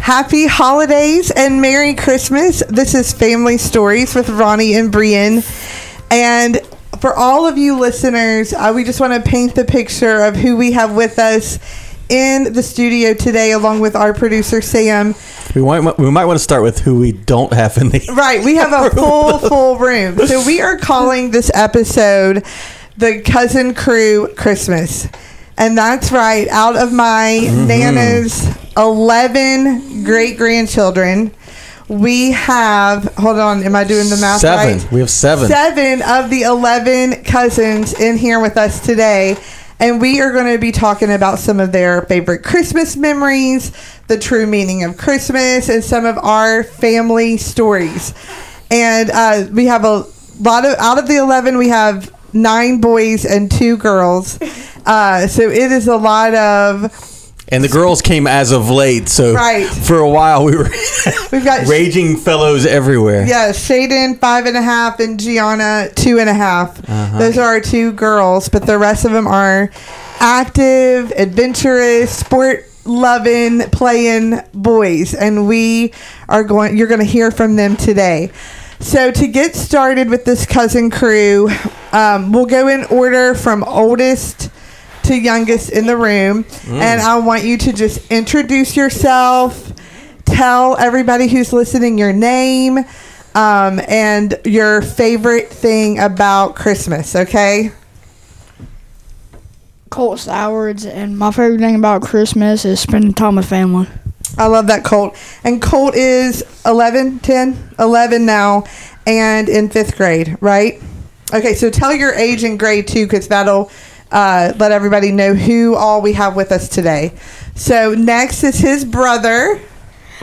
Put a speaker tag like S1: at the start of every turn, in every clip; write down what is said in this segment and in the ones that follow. S1: Happy holidays and Merry Christmas. This is Family Stories with Ronnie and Brian. And for all of you listeners, uh, we just want to paint the picture of who we have with us in the studio today, along with our producer, Sam.
S2: We might we might want to start with who we don't have in the
S1: Right, we have a full, full room. So we are calling this episode the Cousin Crew Christmas. And that's right, out of my Nana's 11 great grandchildren, we have, hold on, am I doing the math
S2: seven.
S1: right?
S2: We have seven.
S1: Seven of the 11 cousins in here with us today. And we are going to be talking about some of their favorite Christmas memories, the true meaning of Christmas, and some of our family stories. And uh, we have a lot of, out of the 11, we have nine boys and two girls. Uh, so it is a lot of,
S2: And the girls came as of late, so
S1: Right.
S2: for a while we were
S1: we've got
S2: raging fellows everywhere.
S1: Yeah, Shaden five and a half and Gianna two and a half. Those are our two girls, but the rest of them are active, adventurous, sport loving, playing boys, and we are going. You're going to hear from them today. So to get started with this cousin crew, um, we'll go in order from oldest to youngest in the room, and I want you to just introduce yourself tell everybody who's listening your name um, and your favorite thing about Christmas, okay?
S3: Colt Sowards, and my favorite thing about Christmas is spending time with family.
S1: I love that Colt. And Colt is 11, 10, 11 now, and in fifth grade, right? Okay, so tell your age and grade too, because that'll uh, let everybody know who all we have with us today. So next is his brother.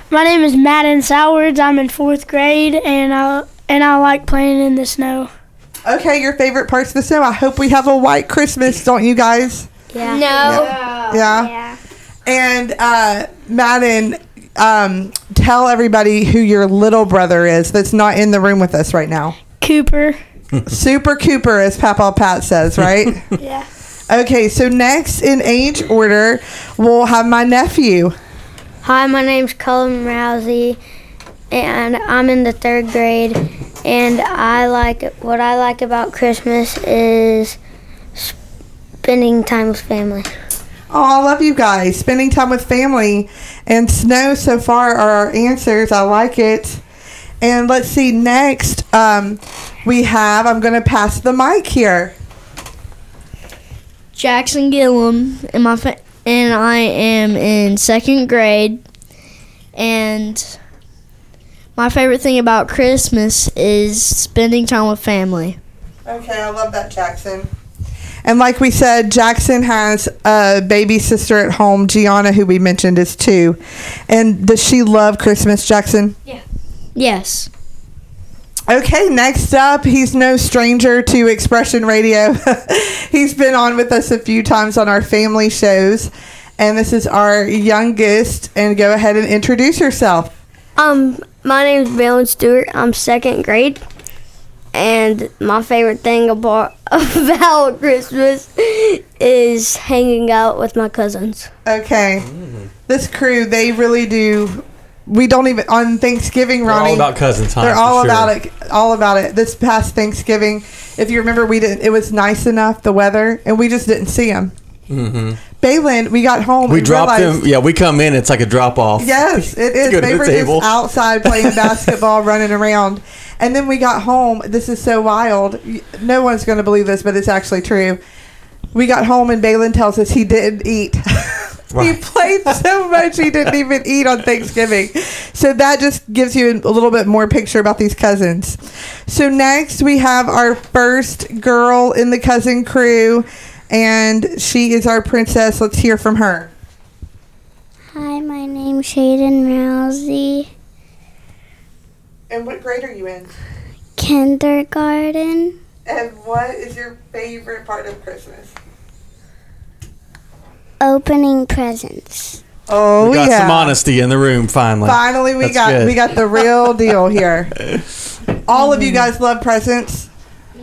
S4: My name is Madden Sowards. I'm in fourth grade, and I and I like playing in the snow.
S1: Okay, your favorite parts of the snow. I hope we have a white Christmas, don't you guys?
S4: Yeah.
S1: Yeah. And uh, Madden, um, tell everybody who your little brother is that's not in the room with us right now.
S4: Cooper.
S1: Super Cooper, as Papa Pat says, right?
S4: Yeah.
S1: okay, so next in age order, we'll have my nephew.
S5: Hi, my name's Cullen Rousey, and I'm in the third grade. And I like what I like about Christmas is spending time with family.
S1: Oh, I love you guys. Spending time with family and snow so far are our answers. I like it. And let's see, next um, we have, I'm going to pass the mic here.
S6: Jackson Gillum, and my fa- and I am in second grade. And my favorite thing about Christmas is spending time with family.
S1: Okay, I love that, Jackson. And like we said, Jackson has a baby sister at home, Gianna, who we mentioned is two. And does she love Christmas, Jackson?
S6: Yes.
S1: Okay, next up, he's no stranger to Expression Radio. he's been on with us a few times on our family shows. And this is our youngest. And go ahead and introduce yourself.
S5: Um, my name's Valen Stewart. I'm second grade, and my favorite thing about about Christmas is hanging out with my cousins.
S1: Okay. This crew, they really do. We don't even, on Thanksgiving,
S2: They're
S1: Ronnie.
S2: all about cousins, huh?
S1: They're
S2: for
S1: all
S2: sure.
S1: about it. All about it. This past Thanksgiving, if you remember, we didn't. It was nice enough the weather, and we just didn't see them. Balin, we got home.
S2: Mm-hmm. We
S1: and
S2: drop
S1: realized,
S2: them. Yeah, we come in. It's like a drop off.
S1: Yes, it is.
S2: go to
S1: they
S2: the
S1: were
S2: table.
S1: just outside playing basketball, running around, and then we got home. This is so wild. Y- No one's going to believe this, but it's actually true. We got home, and Balin tells us he didn't eat. he
S2: Right.
S1: played so much he didn't even eat on Thanksgiving. So that just gives you a little bit more picture about these cousins. So next we have our first girl in the cousin crew, and she is our princess. Let's hear from her.
S7: Hi, my name's Shaden Rousey,
S1: And what grade are you in?
S7: kindergarten.
S1: And what is your favorite part of Christmas?
S7: Opening presents.
S1: Oh
S2: We got
S1: yeah!
S2: some honesty in the room finally.
S1: Finally, we
S2: That's
S1: got
S2: good.
S1: we got the real deal here. All
S2: Mm-hmm.
S1: of you guys love presents,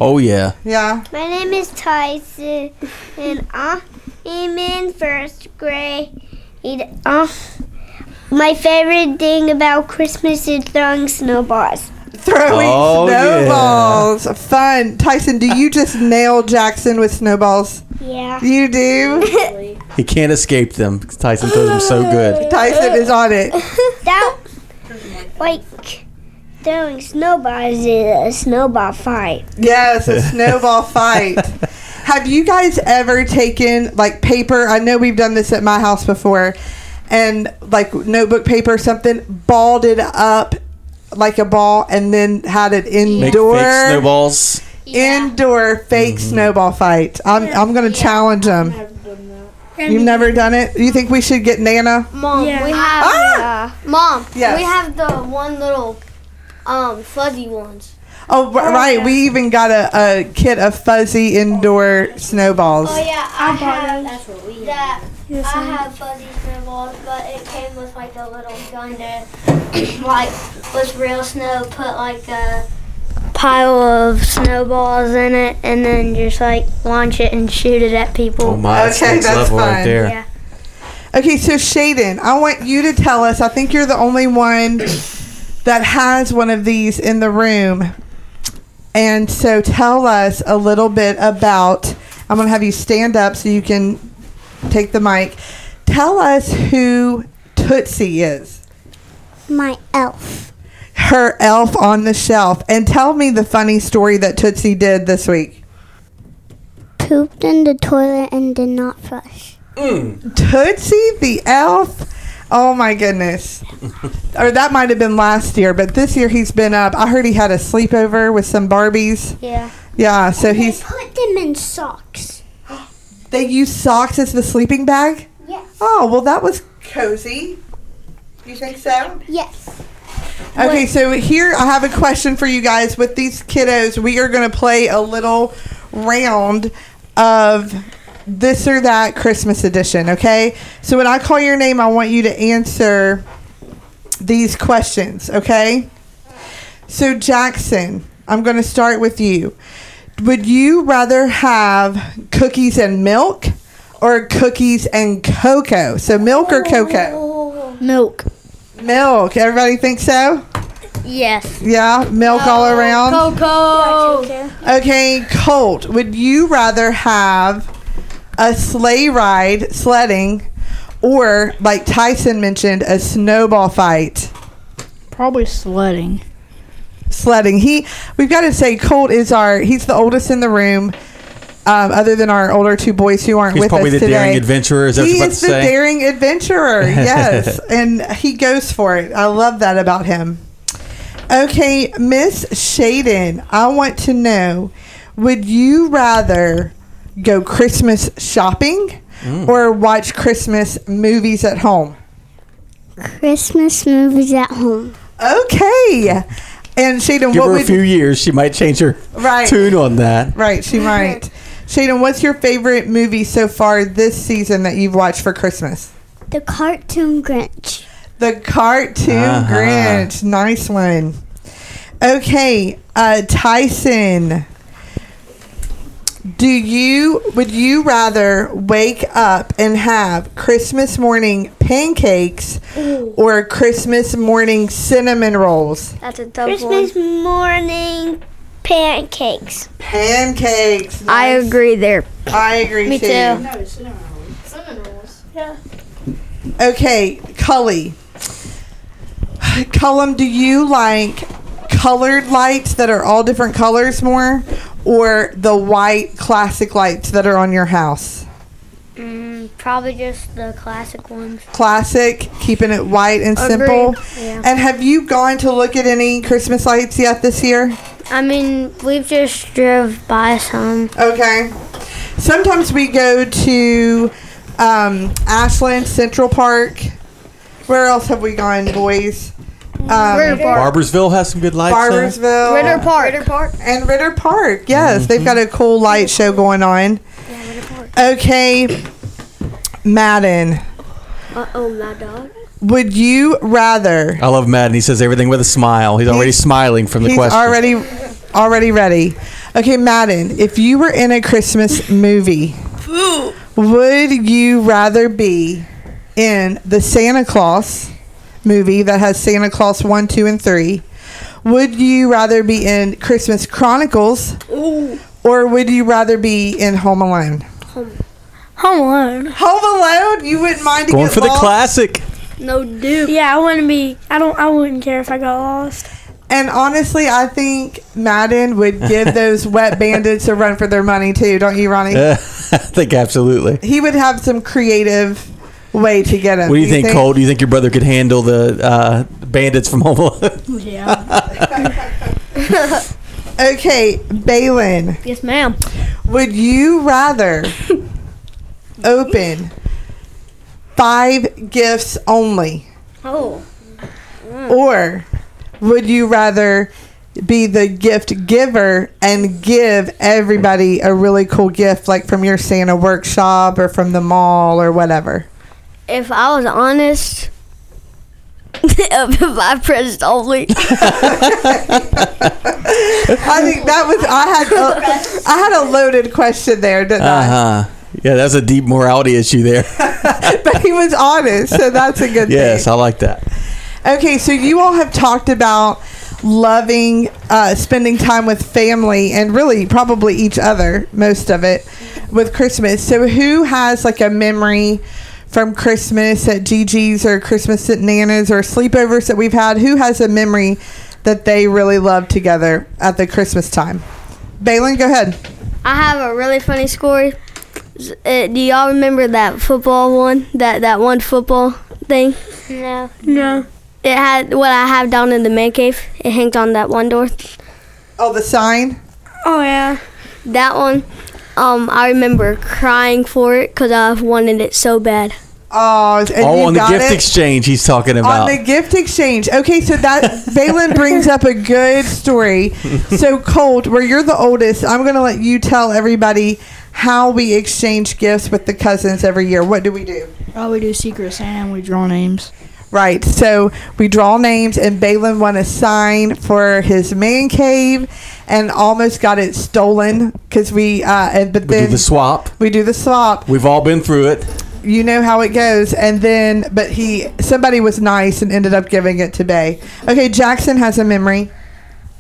S2: Oh yeah.
S1: yeah.
S7: My name is Tyson, and I'm in first grade. I uh, My favorite thing about Christmas is throwing snowballs.
S1: Throwing
S2: Oh, yeah.
S1: snowballs. Fun. Tyson, do you just nail Jackson with snowballs?
S7: Yeah.
S1: You do?
S2: He can't escape them. Tyson throws them so good.
S1: Tyson is on it.
S7: That, like, throwing snowballs is a snowball fight.
S1: Yes, a snowball fight. Have you guys ever taken like paper? I know we've done this at my house before, and like notebook paper or something, balled it up like a ball, and then had it
S2: Make
S1: indoor
S2: fake snowballs.
S1: indoor fake
S2: Mm-hmm.
S1: snowball fight. I'm I'm gonna challenge them. You've never done it. You think we should get Nana?
S5: Mom,
S4: Yeah.
S5: we have
S1: Ah!
S5: uh, mom.
S1: Yes.
S5: We have the one little um fuzzy ones.
S1: Oh, r- right. We even got a, a kit of fuzzy indoor snowballs.
S5: Oh,
S8: Oh,
S5: yeah, I, have
S4: That's what we
S5: that. I have fuzzy snowballs, but it came with like a little gun that like was real snow. Put like a pile of snowballs in it, and then just like launch it and shoot it at people.
S2: Oh my, that's
S1: Okay,
S2: next
S1: that's
S2: level
S1: fun.
S2: right there.
S5: Yeah.
S1: Okay, so Shaden, I want you to tell us. I think you're the only one that has one of these in the room. And so tell us a little bit about. I'm going to have you stand up so you can take the mic. Tell us who Tootsie is,
S7: My elf.
S1: her elf on the shelf. And tell me the funny story that Tootsie did this week.
S7: Pooped in the toilet and did not flush.
S1: Tootsie the elf. Oh my goodness. or that might have been last year, but this year he's been up. I heard he had a sleepover with some Barbies.
S5: Yeah.
S1: Yeah, so he's
S7: put them in socks.
S1: they use socks as the sleeping bag?
S7: Yes.
S1: Oh, well that was cozy. You think so?
S7: Yes.
S1: Okay, so here I have a question for you guys. With these kiddos, we are going to play a little round of this or that Christmas edition, okay? So when I call your name, I want you to answer these questions, okay? So, Jackson, I'm going to start with you. Would you rather have cookies and milk or cookies and cocoa? So, milk or cocoa?
S6: Milk.
S1: Milk. Everybody think so?
S5: Yes.
S1: Yeah, milk all around. Okay, Colt, would you rather have a sleigh ride sledding or, like Tyson mentioned, a snowball fight?
S3: Probably sledding.
S1: sledding. He, we've got to say, Colt is our. He's the oldest in the room, um, other than our older two boys who aren't
S2: He's
S1: with
S2: probably
S1: us
S2: the
S1: today.
S2: daring adventurer. Is that what
S1: he
S2: you're about
S1: is
S2: to
S1: the
S2: say?
S1: daring adventurer. Yes, and he goes for it. I love that about him. Okay, Miss Shaden, I want to know: Would you rather go Christmas shopping
S2: Mm.
S1: or watch Christmas movies at home?
S7: Christmas movies at home.
S1: Okay. And Shaden,
S2: Give
S1: what
S2: her a
S1: would
S2: few years, she might change her
S1: right?
S2: tune on that.
S1: Right, she might. Shaden, what's your favorite movie so far this season that you've watched for Christmas?
S7: The cartoon Grinch.
S1: The Cartoon
S2: Uh-huh.
S1: Grinch. Nice one. Okay, uh, Tyson. Do you would you rather wake up and have Christmas morning pancakes or Christmas morning cinnamon rolls?
S5: That's a tough
S7: Christmas morning pancakes.
S1: Pancakes.
S6: I
S1: Nice.
S6: agree there.
S1: I agree
S5: Me
S1: too.
S5: too.
S1: Okay, Cully. Cullum, do you like colored lights that are all different colors more, or the white classic lights that are on your house?
S5: Mm, probably just the classic ones.
S1: Classic, keeping it white and simple.
S5: Yeah.
S1: And have you gone to look at any Christmas lights yet this year?
S5: I mean, we've just drove by some.
S1: Okay. Sometimes we go to um, Ashland Central Park. Where else have we gone, boys? Um,
S2: Barbersville has some good lights. there.
S1: Barbersville.
S6: Park.
S1: And Ritter Park, yes, they've got a cool light show going on. Okay, Madden,
S5: Uh oh, my dog.
S1: would you rather?
S2: I love Madden. He says everything with a smile. He's already smiling from the
S1: He's
S2: question.
S1: already, already ready. Okay, Madden, if you were in a Christmas movie, would you rather be in the Santa Claus, movie that has Santa Claus 1, 2, and 3, would you rather be in Christmas Chronicles or would you rather be in Home Alone?
S4: Home Alone.
S1: Home Alone? You wouldn't mind to
S2: Going
S1: get
S2: for the
S1: lost?
S2: classic.
S5: No, dude.
S4: Yeah, I wouldn't be. I don't. I wouldn't care if I got lost.
S1: And honestly, I think Madden would give those wet bandits a run for their money too, don't you, Ronnie?
S2: Uh, I think absolutely.
S1: He would have some creative way to get him.
S2: What do you think, Cole? Do you think your brother could handle the uh, bandits from Home Alone?
S3: Yeah.
S1: Okay, Balin,
S5: Yes, ma'am.
S1: would you rather open five gifts only,
S5: Oh. Mm.
S1: or would you rather be the gift giver and give everybody a really cool gift, like from your Santa workshop or from the mall or whatever?
S5: If I was honest, if I pressed only,
S1: I think that was I had a, I had a loaded question there, didn't
S2: Uh huh. Yeah, that's a deep morality issue there.
S1: I? But he was honest, so that's a good
S2: Yes,
S1: thing.
S2: I like that.
S1: Okay, so you all have talked about loving uh, spending time with family and really probably each other most of it with Christmas. So who has like a memory from Christmas at Gigi's or Christmas at Nana's or sleepovers that we've had? Who has a memory that they really love together at the Christmas time? Balin, go ahead.
S5: I have a really funny story. Uh, do y'all remember that football one? That that one football thing?
S4: No. No.
S5: It had what I have down in the man cave. It hanged on that one door.
S1: Oh, the sign.
S4: Oh yeah.
S5: That one, um, I remember crying for it because I wanted it so bad.
S1: Oh, and
S2: oh,
S1: you
S2: on the
S1: got
S2: gift
S1: it?
S2: exchange, he's talking about.
S1: On the gift exchange. Okay, so that Balin brings up a good story. So Colt, where you're the oldest, I'm going to let you tell everybody how we exchange gifts with the cousins every year. What do we do?
S3: Oh, we do Secret Santa and we draw names.
S1: Right. So we draw names, and Balin won a sign for his man cave, and almost got it stolen because we. Uh, and, but
S2: we
S1: then
S2: do the swap.
S1: we do the swap,
S2: We've all been through it.
S1: you know how it goes. And then, but he, somebody was nice and ended up giving it to Bay. Okay, Jackson has a memory.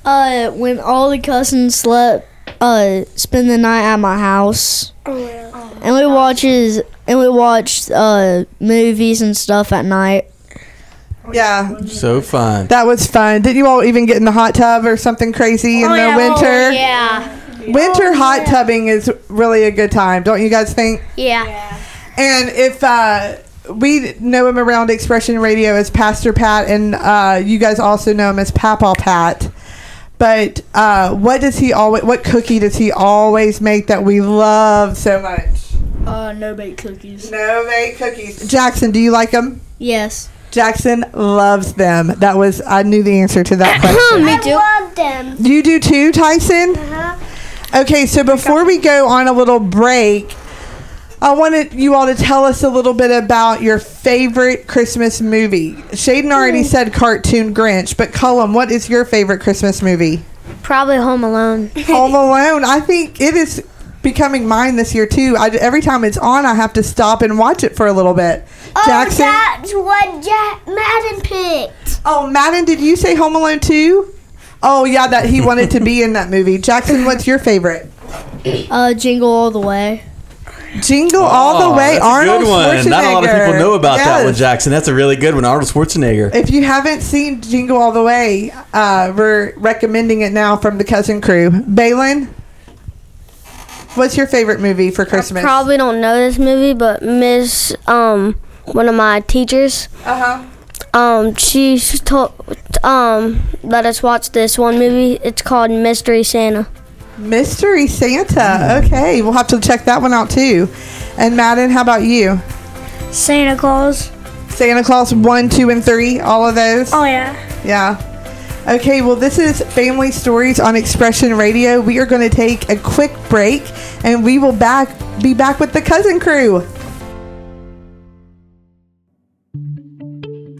S6: Uh, when all the cousins slept, uh, spend the night at my house,
S4: Oh yeah.
S6: and we watches and we watched uh movies and stuff at night.
S1: Yeah,
S2: So fun.
S1: that was fun. Didn't you all even get in the hot tub or something crazy in the
S8: Oh,
S1: winter?
S5: Oh, Yeah.
S1: Winter hot tubbing is really a good time, don't you guys think?
S5: Yeah.
S1: And if uh, we know him around Expression Radio as Pastor Pat, and uh, you guys also know him as Papaw Pat. But uh, what does he always? What cookie does he always make that we love so much?
S3: Uh, no bake cookies.
S1: No bake cookies. Jackson, do you like them?
S6: Yes.
S1: Jackson loves them. That was I knew the answer to that question.
S5: Oh, Me too.
S7: Love them.
S1: you do too, Tyson? Okay, so before we go on a little break, I wanted you all to tell us a little bit about your favorite Christmas movie. Shaden already said cartoon Grinch, but Cullum, what is your favorite Christmas movie?
S5: Probably Home Alone.
S1: Home Alone. I think it is becoming mine this year too. I, every time it's on, I have to stop and watch it for a little bit. Jackson.
S7: Oh, that's what Jack Madden picked.
S1: Oh, Madden, did you say Home Alone too? Oh yeah, that he wanted to be in that movie. Jackson, what's your favorite?
S6: Uh, jingle all the way.
S1: Jingle all the
S2: Oh,
S1: way.
S2: that's a
S1: Arnold
S2: good one.
S1: Schwarzenegger.
S2: Not a lot of people know about that one,
S1: Yes.
S2: Jackson. That's a really good one, Arnold Schwarzenegger.
S1: If you haven't seen Jingle All the Way, uh, we're recommending it now from the cousin crew. Balin, what's your favorite movie for Christmas?
S5: Probably don't know this movie, but Miss um one of my teachers
S1: uh-huh.
S5: um she told um let us watch this one movie. It's called Mystery Santa.
S1: Mystery Santa. Okay, we'll have to check that one out too. And Madden, how about you?
S4: Santa Claus.
S1: Santa Claus one, two, and three. All of those.
S4: Oh yeah.
S1: Yeah. Okay, well, this is Family Stories on Expression Radio. We are going to take a quick break, and we will back be back with the cousin crew.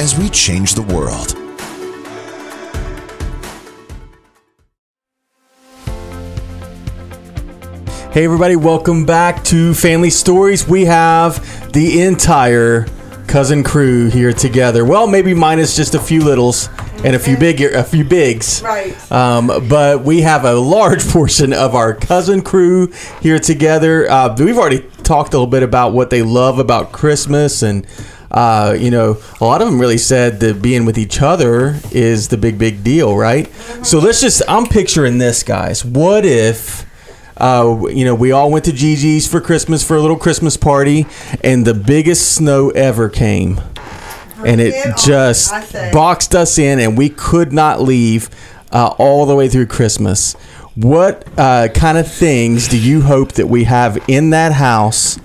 S9: as we change the world.
S2: Hey, everybody, welcome back to Family Stories. We have the entire cousin crew here together. Well, maybe minus just a few littles and a few big, a few bigs.
S1: Right.
S2: Um, but we have a large portion of our cousin crew here together. Uh, we've already talked a little bit about what they love about Christmas and. Uh, you know, a lot of them really said that being with each other is the big, big deal, right? So let's just, I'm picturing this, guys. What if uh, you know, we all went to Gigi's for Christmas for a little Christmas party, and the biggest snow ever came. And it
S1: Forget all
S2: just
S1: Oh, I say.
S2: boxed us in, and we could not leave uh, all the way through Christmas. What uh, kind of things do you hope that we have in that house?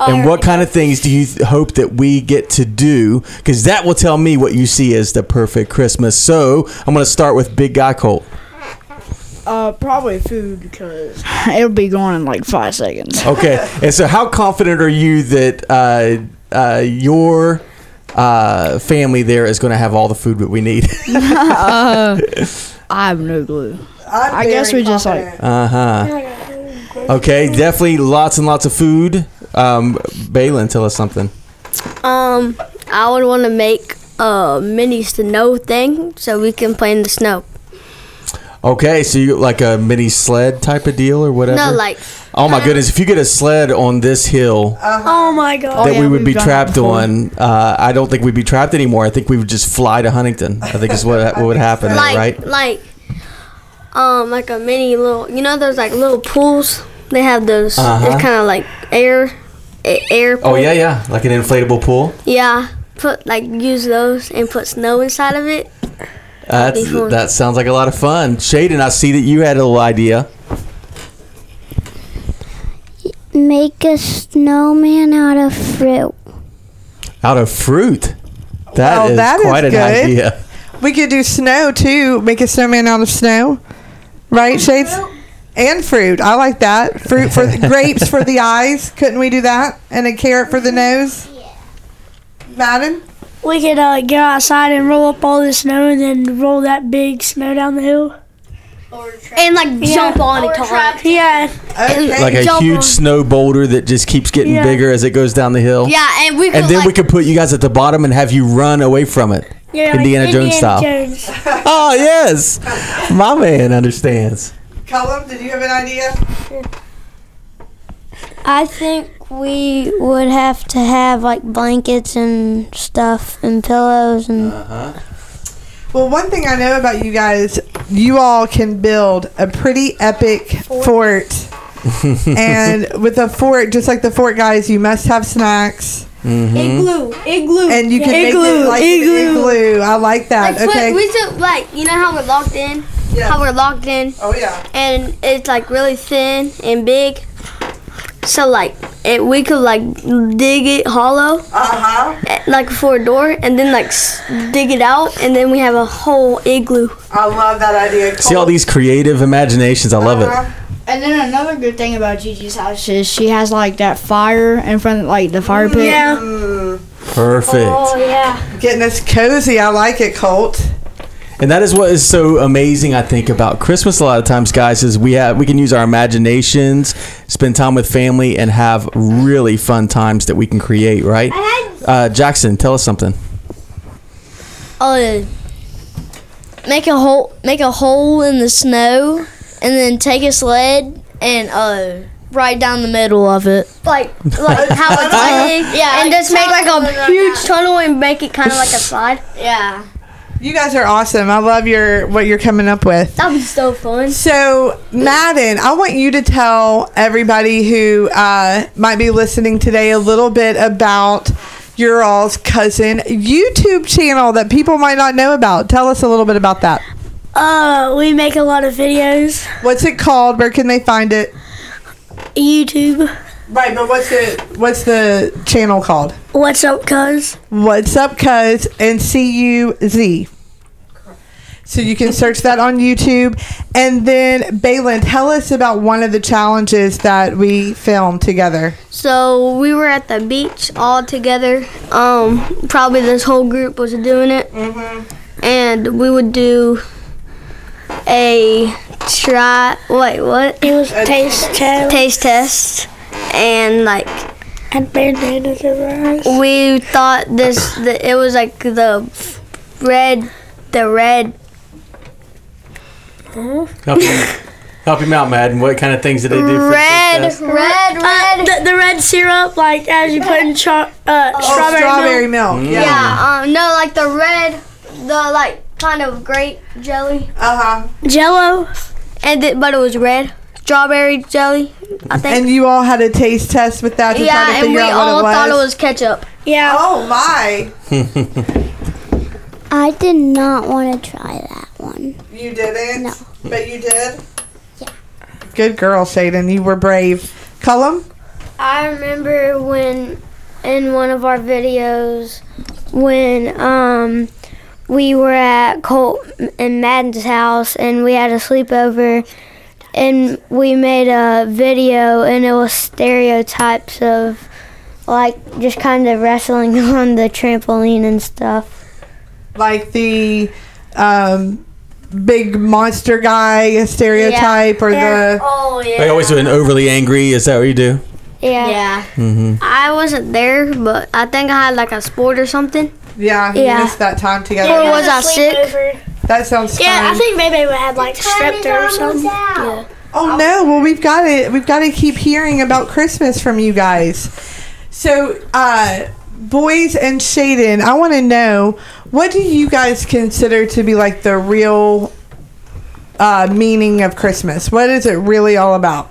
S2: And what kind of things do you th- hope that we get to do? Because that will tell me what you see as the perfect Christmas. So I'm going to start with Big Guy Colt.
S3: Uh, probably food because it'll be gone in like five seconds.
S2: Okay, and so how confident are you that uh, uh, your uh, family there is going to have all the food that we need?
S3: I have no clue.
S1: I'm
S3: I guess
S1: very
S3: we just, like-
S1: confident.
S2: Uh huh. Okay, definitely lots and lots of food. Um, Balin, tell us something.
S8: Um, I would want to make a mini snow thing so we can play in the snow.
S2: Okay, so you like a mini sled type of deal or whatever?
S8: No, like
S2: oh
S3: uh,
S2: my goodness, if you get a sled on this hill
S4: Oh my god.
S2: that
S3: yeah,
S2: we would
S3: we've
S2: be
S3: done that
S2: trapped
S3: before.
S2: on, uh, I don't think we'd be trapped anymore. I think we would just fly to Huntington. I think is what, what would happen,
S8: like
S2: right?
S8: like um like a mini little you know those like little pools they have those
S2: Uh-huh.
S8: it's kind of like air a- air
S2: Oh
S8: pool.
S2: yeah, yeah, like an inflatable pool.
S8: yeah put like use those and put snow inside of it
S2: That's,
S8: That'd be fun.
S2: that sounds like a lot of fun. Shaden, I see that you had a little idea.
S7: Make a snowman out of fruit.
S2: Out of fruit. That
S1: Well,
S2: is
S1: that is
S2: quite an
S1: good.
S2: idea.
S1: We could do snow too. Make a snowman out of snow, right? Shades and fruit. I like that. Fruit for the, grapes for the eyes. Couldn't we do that? And a carrot for the
S8: Mm-hmm.
S1: nose. Madden.
S4: We could uh, go outside and roll up all the snow and then roll that big snow down the hill.
S8: and like jump on it Tom.
S4: Yeah.
S1: Okay.
S2: Like a
S8: Jump
S2: huge
S8: on-
S2: snow boulder that just keeps getting
S4: Yeah.
S2: bigger as it goes down the hill.
S8: yeah and we could
S2: And then
S8: like,
S2: we could put you guys at the bottom and have you run away from it.
S4: Yeah,
S2: Indiana
S4: like
S2: Jones style.
S4: Jones.
S2: Oh, yes. My man understands.
S1: Cullum, did you have an idea?
S5: I think we would have to have like blankets and stuff and pillows and
S1: Well, one thing I know about you guys, you all can build a pretty epic fort. and with a fort, just like the fort guys, you must have snacks.
S8: igloo igloo
S1: And you can make it
S8: Igloo,
S1: like
S8: igloo.
S1: an igloo. I like that.
S8: like put-
S1: okay.
S8: we should like you know how we're locked in
S1: Yeah.
S8: how we're locked in
S1: oh, yeah.
S8: and it's like really thin and big. So like it, we could like dig it hollow,
S1: Uh huh.
S8: eh, like for a door, and then like s- dig it out, and then we have a whole igloo.
S1: I love that idea.
S2: See all these creative imaginations. I love
S1: Uh-huh.
S2: it.
S3: And then another good thing about Gigi's house is she has like that fire in front of like the fire pit.
S4: Yeah.
S2: Perfect.
S4: yeah.
S1: Hmm, Getting us cozy. I like it, Colt.
S2: And that is what is so amazing, I think, about Christmas. A lot of times, guys, is we have we can use our imaginations, spend time with family, and have really fun times that we can create. Right? Uh, Jackson, tell us something.
S6: Uh, make a hole, make a hole in the snow, and then take a sled and uh, ride down the middle of it.
S8: Like like how it's big,
S6: Yeah,
S8: and just make like a huge tunnel and make it kind of like a slide.
S6: Yeah.
S1: You guys are awesome. I love your what you're coming up with.
S8: That'd be so fun.
S1: So, Madden, I want you to tell everybody who uh, might be listening today a little bit about your all's cousin YouTube channel that people might not know about. Tell us a little bit about that.
S4: Uh, we make a lot of videos.
S1: What's it called? Where can they find it?
S4: YouTube.
S1: Right, but what's the what's the channel called?
S4: What's up, cuz?
S1: What's up, cuz? And C U Z. So you can search that on YouTube, and then Balin, tell us about one of the challenges that we filmed together.
S8: So we were at the beach all together. Um, probably this whole group was doing it,
S6: Mm-hmm.
S8: and we would do a try. Wait, what?
S4: It was taste test
S8: Taste test, and like
S4: and bandanas and rice.
S8: we thought this. The, it was like the red, the red.
S2: Help him, help him out, Madden. What kind of things did they do? For
S8: Red,
S2: success?
S8: red,
S5: Uh,
S8: red. Oh,
S4: The, the red syrup, like as you put in cho- uh, strawberry,
S1: strawberry
S4: milk.
S1: milk. Mm-hmm. Yeah.
S8: Yeah, um, no, like the red, the like kind of grape jelly,
S1: Uh
S8: Uh-huh.
S1: huh.
S4: Jello.
S8: and it, but it was red, strawberry jelly. I think.
S1: And you all had a taste test with that to try
S8: yeah,
S1: to
S8: and
S1: figure
S8: we
S1: out what
S8: all
S1: it was.
S8: thought it was ketchup.
S4: Yeah.
S1: Oh my! Oh,
S7: I did not want to try that one.
S1: You didn't, but you did. Good girl, Shaden. You were brave. Cullum.
S5: I remember when in one of our videos when um we were at Colt and Madden's house and we had a sleepover and we made a video and it was stereotypes of like just kind of wrestling on the trampoline and stuff.
S1: like the um, big monster guy stereotype or the
S8: Oh yeah.
S2: They always do an overly angry. Is that what you do?
S5: Yeah.
S8: Yeah.
S1: Mm-hmm.
S8: I wasn't there, but I think I had like a sport or something.
S1: yeah, you
S5: Yeah.
S1: missed that time together.
S8: Or was I sick?
S1: That sounds
S4: Yeah,
S5: Um,
S1: fun.
S4: I think maybe we had like strep throat or something.
S1: oh no! Well, we've got to we've got to keep hearing about Christmas from you guys. So, uh, boys and Shaden, I want to know what do you guys consider to be like the real uh, meaning of Christmas? What is it really all about?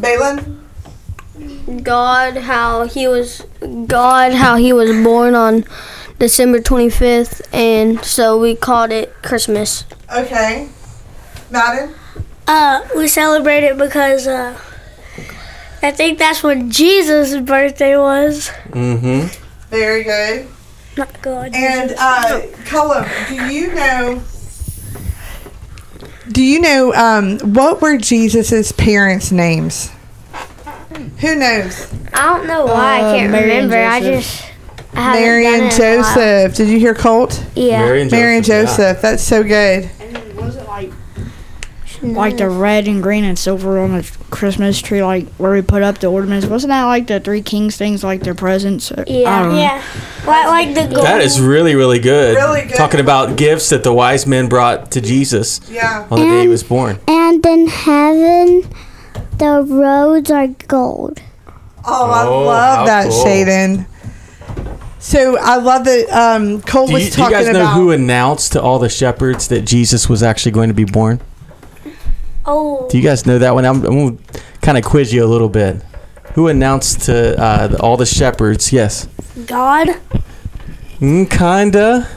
S1: Balin.
S8: God, how he was God, how he was born on December 25th, and so we called it Christmas.
S1: Okay. Madden.
S4: Uh, we celebrate it because uh, I think that's when Jesus' birthday was.
S2: Mm-hmm.
S1: Very good.
S4: Not God.
S1: And uh, Cullum, do you know? Do you know um, what were Jesus's parents' names? Who knows?
S5: I don't know why I can't remember. I just I haven't
S1: Mary
S5: done
S1: and
S5: it in a while.
S1: Joseph. Did you hear Colt?
S5: Yeah.
S1: Mary and
S2: yeah.
S1: Joseph. That's so good.
S3: Was it like like the red and green and silver on the Christmas tree, like where we put up the ornaments? Wasn't that like the three kings things, like their presents?
S5: Yeah.
S4: yeah, like, like the gold.
S2: That is really, really good.
S1: Really good.
S2: Talking about gifts that the wise men brought to Jesus
S1: Yeah.
S2: on the day he
S7: And-
S2: was born.
S7: And in heaven, the roads are gold.
S1: Oh, I
S2: Oh, how
S1: love that,
S2: cool.
S1: Shaden. So I love that um, Colt
S2: Do
S1: was
S2: you, do you
S1: talking
S2: guys know
S1: about.
S2: who announced to all the shepherds that Jesus was actually going to be born?
S4: Oh,
S2: Do you guys know that one? I'm, I'm going to kind of quiz you a little bit. Who announced to uh, all the shepherds? Yes.
S4: God.
S2: Mm, kinda.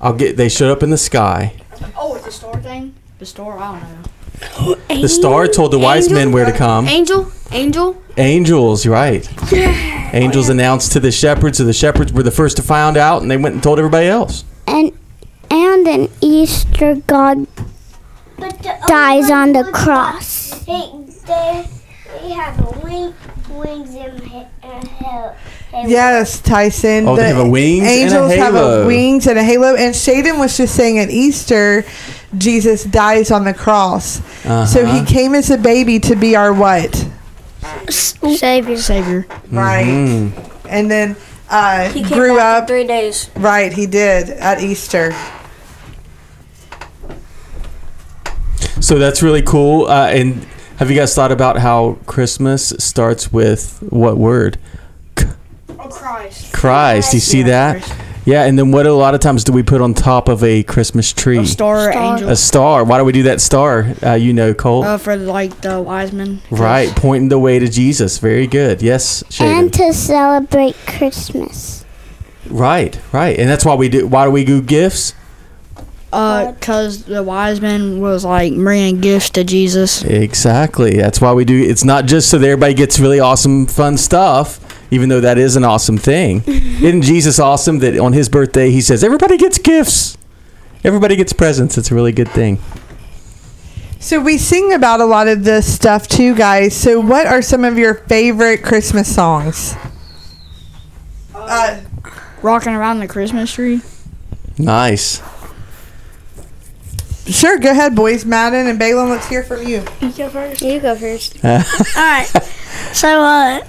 S2: I'll get. They showed up in the sky.
S3: Oh, it's the store thing. The store, I don't know.
S2: The star told the wise men where to come.
S8: Angel, angel.
S2: Angels, right? Angels
S1: Oh,
S2: announced to the shepherds, so the shepherds were the first to find out, and they went and told everybody else.
S7: And and in Easter, God dies on the cross.
S10: They, they, they have wing, wings in he- uh, hell. and
S1: Yes, Tyson.
S2: Oh, they
S1: The
S2: have a wings and a
S1: Angels have
S2: halo.
S1: a wings and a halo. And Shaden was just saying at Easter, Jesus dies on the cross. So he
S2: Uh-huh.
S1: came as a baby to be our what?
S5: Savior.
S3: Savior.
S1: Right.
S2: Mm.
S1: And then uh,
S8: He came
S1: grew
S8: back in
S1: up.
S8: three days.
S1: Right, he did at Easter.
S2: So that's really cool. Uh, and have you guys thought about how Christmas starts with what word?
S3: Oh, Christ.
S2: Christ. You see that? Yeah. And then what a lot of times do we put on top of a Christmas tree?
S3: The store, angel.
S2: A star. Why do we do that star? Uh, you know, Colt.
S3: Uh, for like the wise men.
S2: Right, pointing the way to Jesus. Very good. Yes,
S7: And
S2: Shaden.
S7: to celebrate Christmas.
S2: right, right, and that's why we do. Why do we do gifts?
S3: Uh, cause the wise men was like bringing gifts to Jesus.
S2: Exactly. That's why we do. It's not just so that everybody gets really awesome, fun stuff. Even though that is an awesome thing, isn't Jesus awesome? That on his birthday he says everybody gets gifts, everybody gets presents. It's a really good thing.
S1: So we sing about a lot of this stuff too, guys. So what are some of your favorite Christmas songs?
S3: Uh, rocking around the Christmas tree.
S2: Nice.
S1: Sure, go ahead, boys. Madden and Balin, let's hear from you.
S4: You go first. You go first.
S2: All
S4: right. So, uh,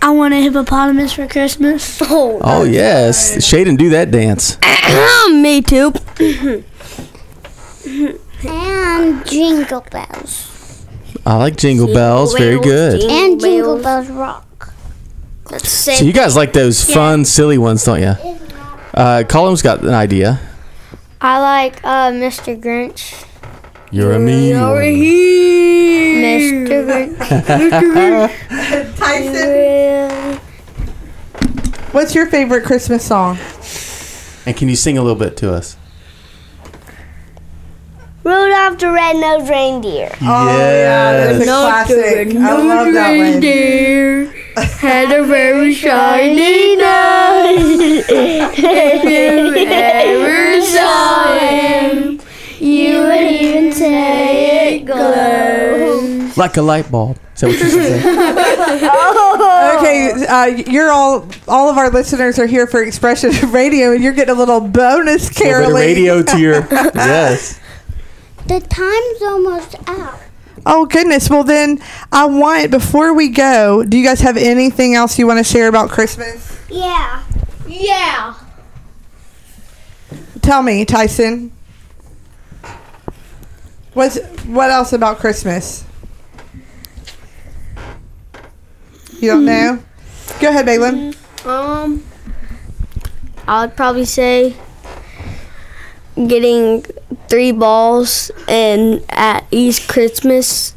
S4: I want a hippopotamus for Christmas. Oh,
S2: Oh yes, Shaden, do that dance.
S8: Me too.
S7: and jingle bells.
S2: I like Jingle Bells. Very good.
S7: And jingle bells rock.
S4: Let's
S2: So you guys like those
S5: Yeah.
S2: fun, silly ones, don't you? Uh, Column's got an idea.
S5: I like uh, Mr. Grinch.
S2: You're a mean one.
S4: Hmm.
S5: Mr. Grinch.
S1: Tyson. What's your favorite Christmas song?
S2: And can you sing a little bit to us?
S10: Rudolph the red-nosed reindeer.
S2: yes.
S1: classic. I love that
S10: reindeer
S8: had a very shiny nose.
S10: if you
S8: ever saw him,
S10: you would even say it
S2: Like a light bulb. Is that what you're saying?
S1: Okay, uh, you're all. All of our listeners are here for Expression Radio, and you're getting a little bonus
S2: little bit
S1: caroling.
S2: of radio to your yes.
S7: The time's almost out.
S1: Oh goodness! Well then, I want before we go. Do you guys have anything else you want to share about Christmas?
S10: Yeah. Yeah.
S1: Tell me, Tyson. What's what else about Christmas? You don't know? Go ahead, Balin.
S8: Um, I would probably say getting three balls and at East Christmas.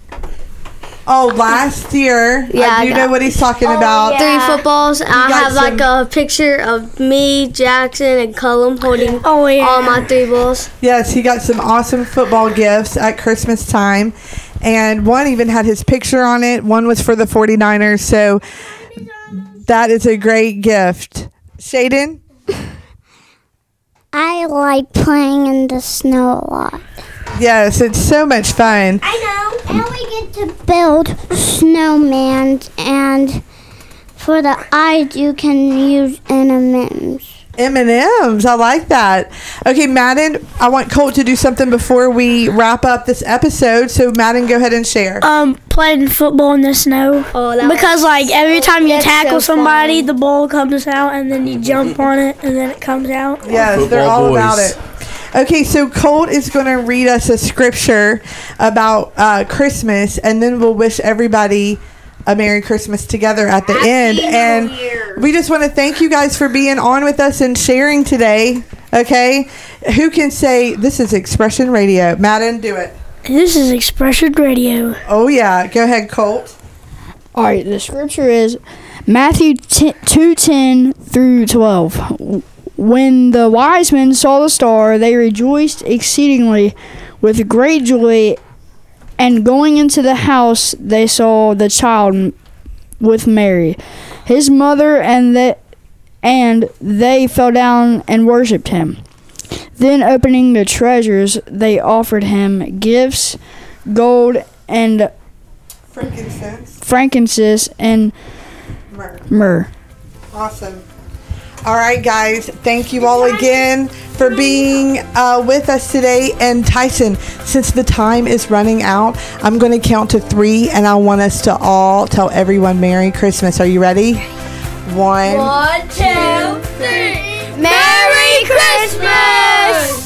S1: Oh, last year.
S8: Yeah,
S1: I do
S8: I
S1: know Oh,
S8: got-
S1: what he's talking about.
S8: Three footballs. and I
S1: got
S8: have like a picture of me, Jackson, and Cullum holding
S4: Oh,
S8: all my three balls.
S1: Yes, he got some awesome football gifts at Christmas time. And one even had his picture on it. One was for the 49ers. So that is a great gift. Shaden?
S7: I like playing in the snow a lot.
S1: Yes, it's so much fun.
S7: I know. And we get to build snowmen, and for the eyes, you can use M&Ms.
S1: M&Ms. I like that. Okay, Madden, I want Colt to do something before we wrap up this episode. So, Madden, go ahead and share.
S4: Um, playing football in the snow. Oh,
S8: that
S4: because
S8: was
S4: like every
S8: so-
S4: time you
S8: that's
S4: tackle
S8: so
S4: somebody,
S8: fun.
S4: the ball comes out, and then you jump on it, and then it comes out.
S1: Yes, they're all
S2: Football
S1: about
S2: boys.
S1: it. Okay, so Colt is going to read us a scripture about uh, Christmas, and then we'll wish everybody a Merry Christmas together at the end. and we just want to thank you guys for being on with us and sharing today. Okay, who can say this is Expression Radio? Madden, do it.
S4: This is Expression Radio.
S1: Oh yeah, go ahead, Colt.
S3: All right, the scripture is Matthew 10, 2:10 through 12. When the wise men saw the star, they rejoiced exceedingly with great joy, and going into the house, they saw the child m- with Mary, his mother, and the and they fell down and worshipped him. Then, opening the treasures, they offered him gifts, gold, and
S1: Frankincense,
S3: frankincense and
S1: myrrh.
S3: myrrh.
S1: Awesome. All right, guys. Thank you all again for being uh, with us today. And Tyson, since the time is running out, I'm going to count to three, and I want us to all tell everyone Merry Christmas. Are you ready? One.
S10: One, two, three. Merry Christmas!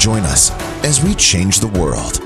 S9: Join us as we change the world.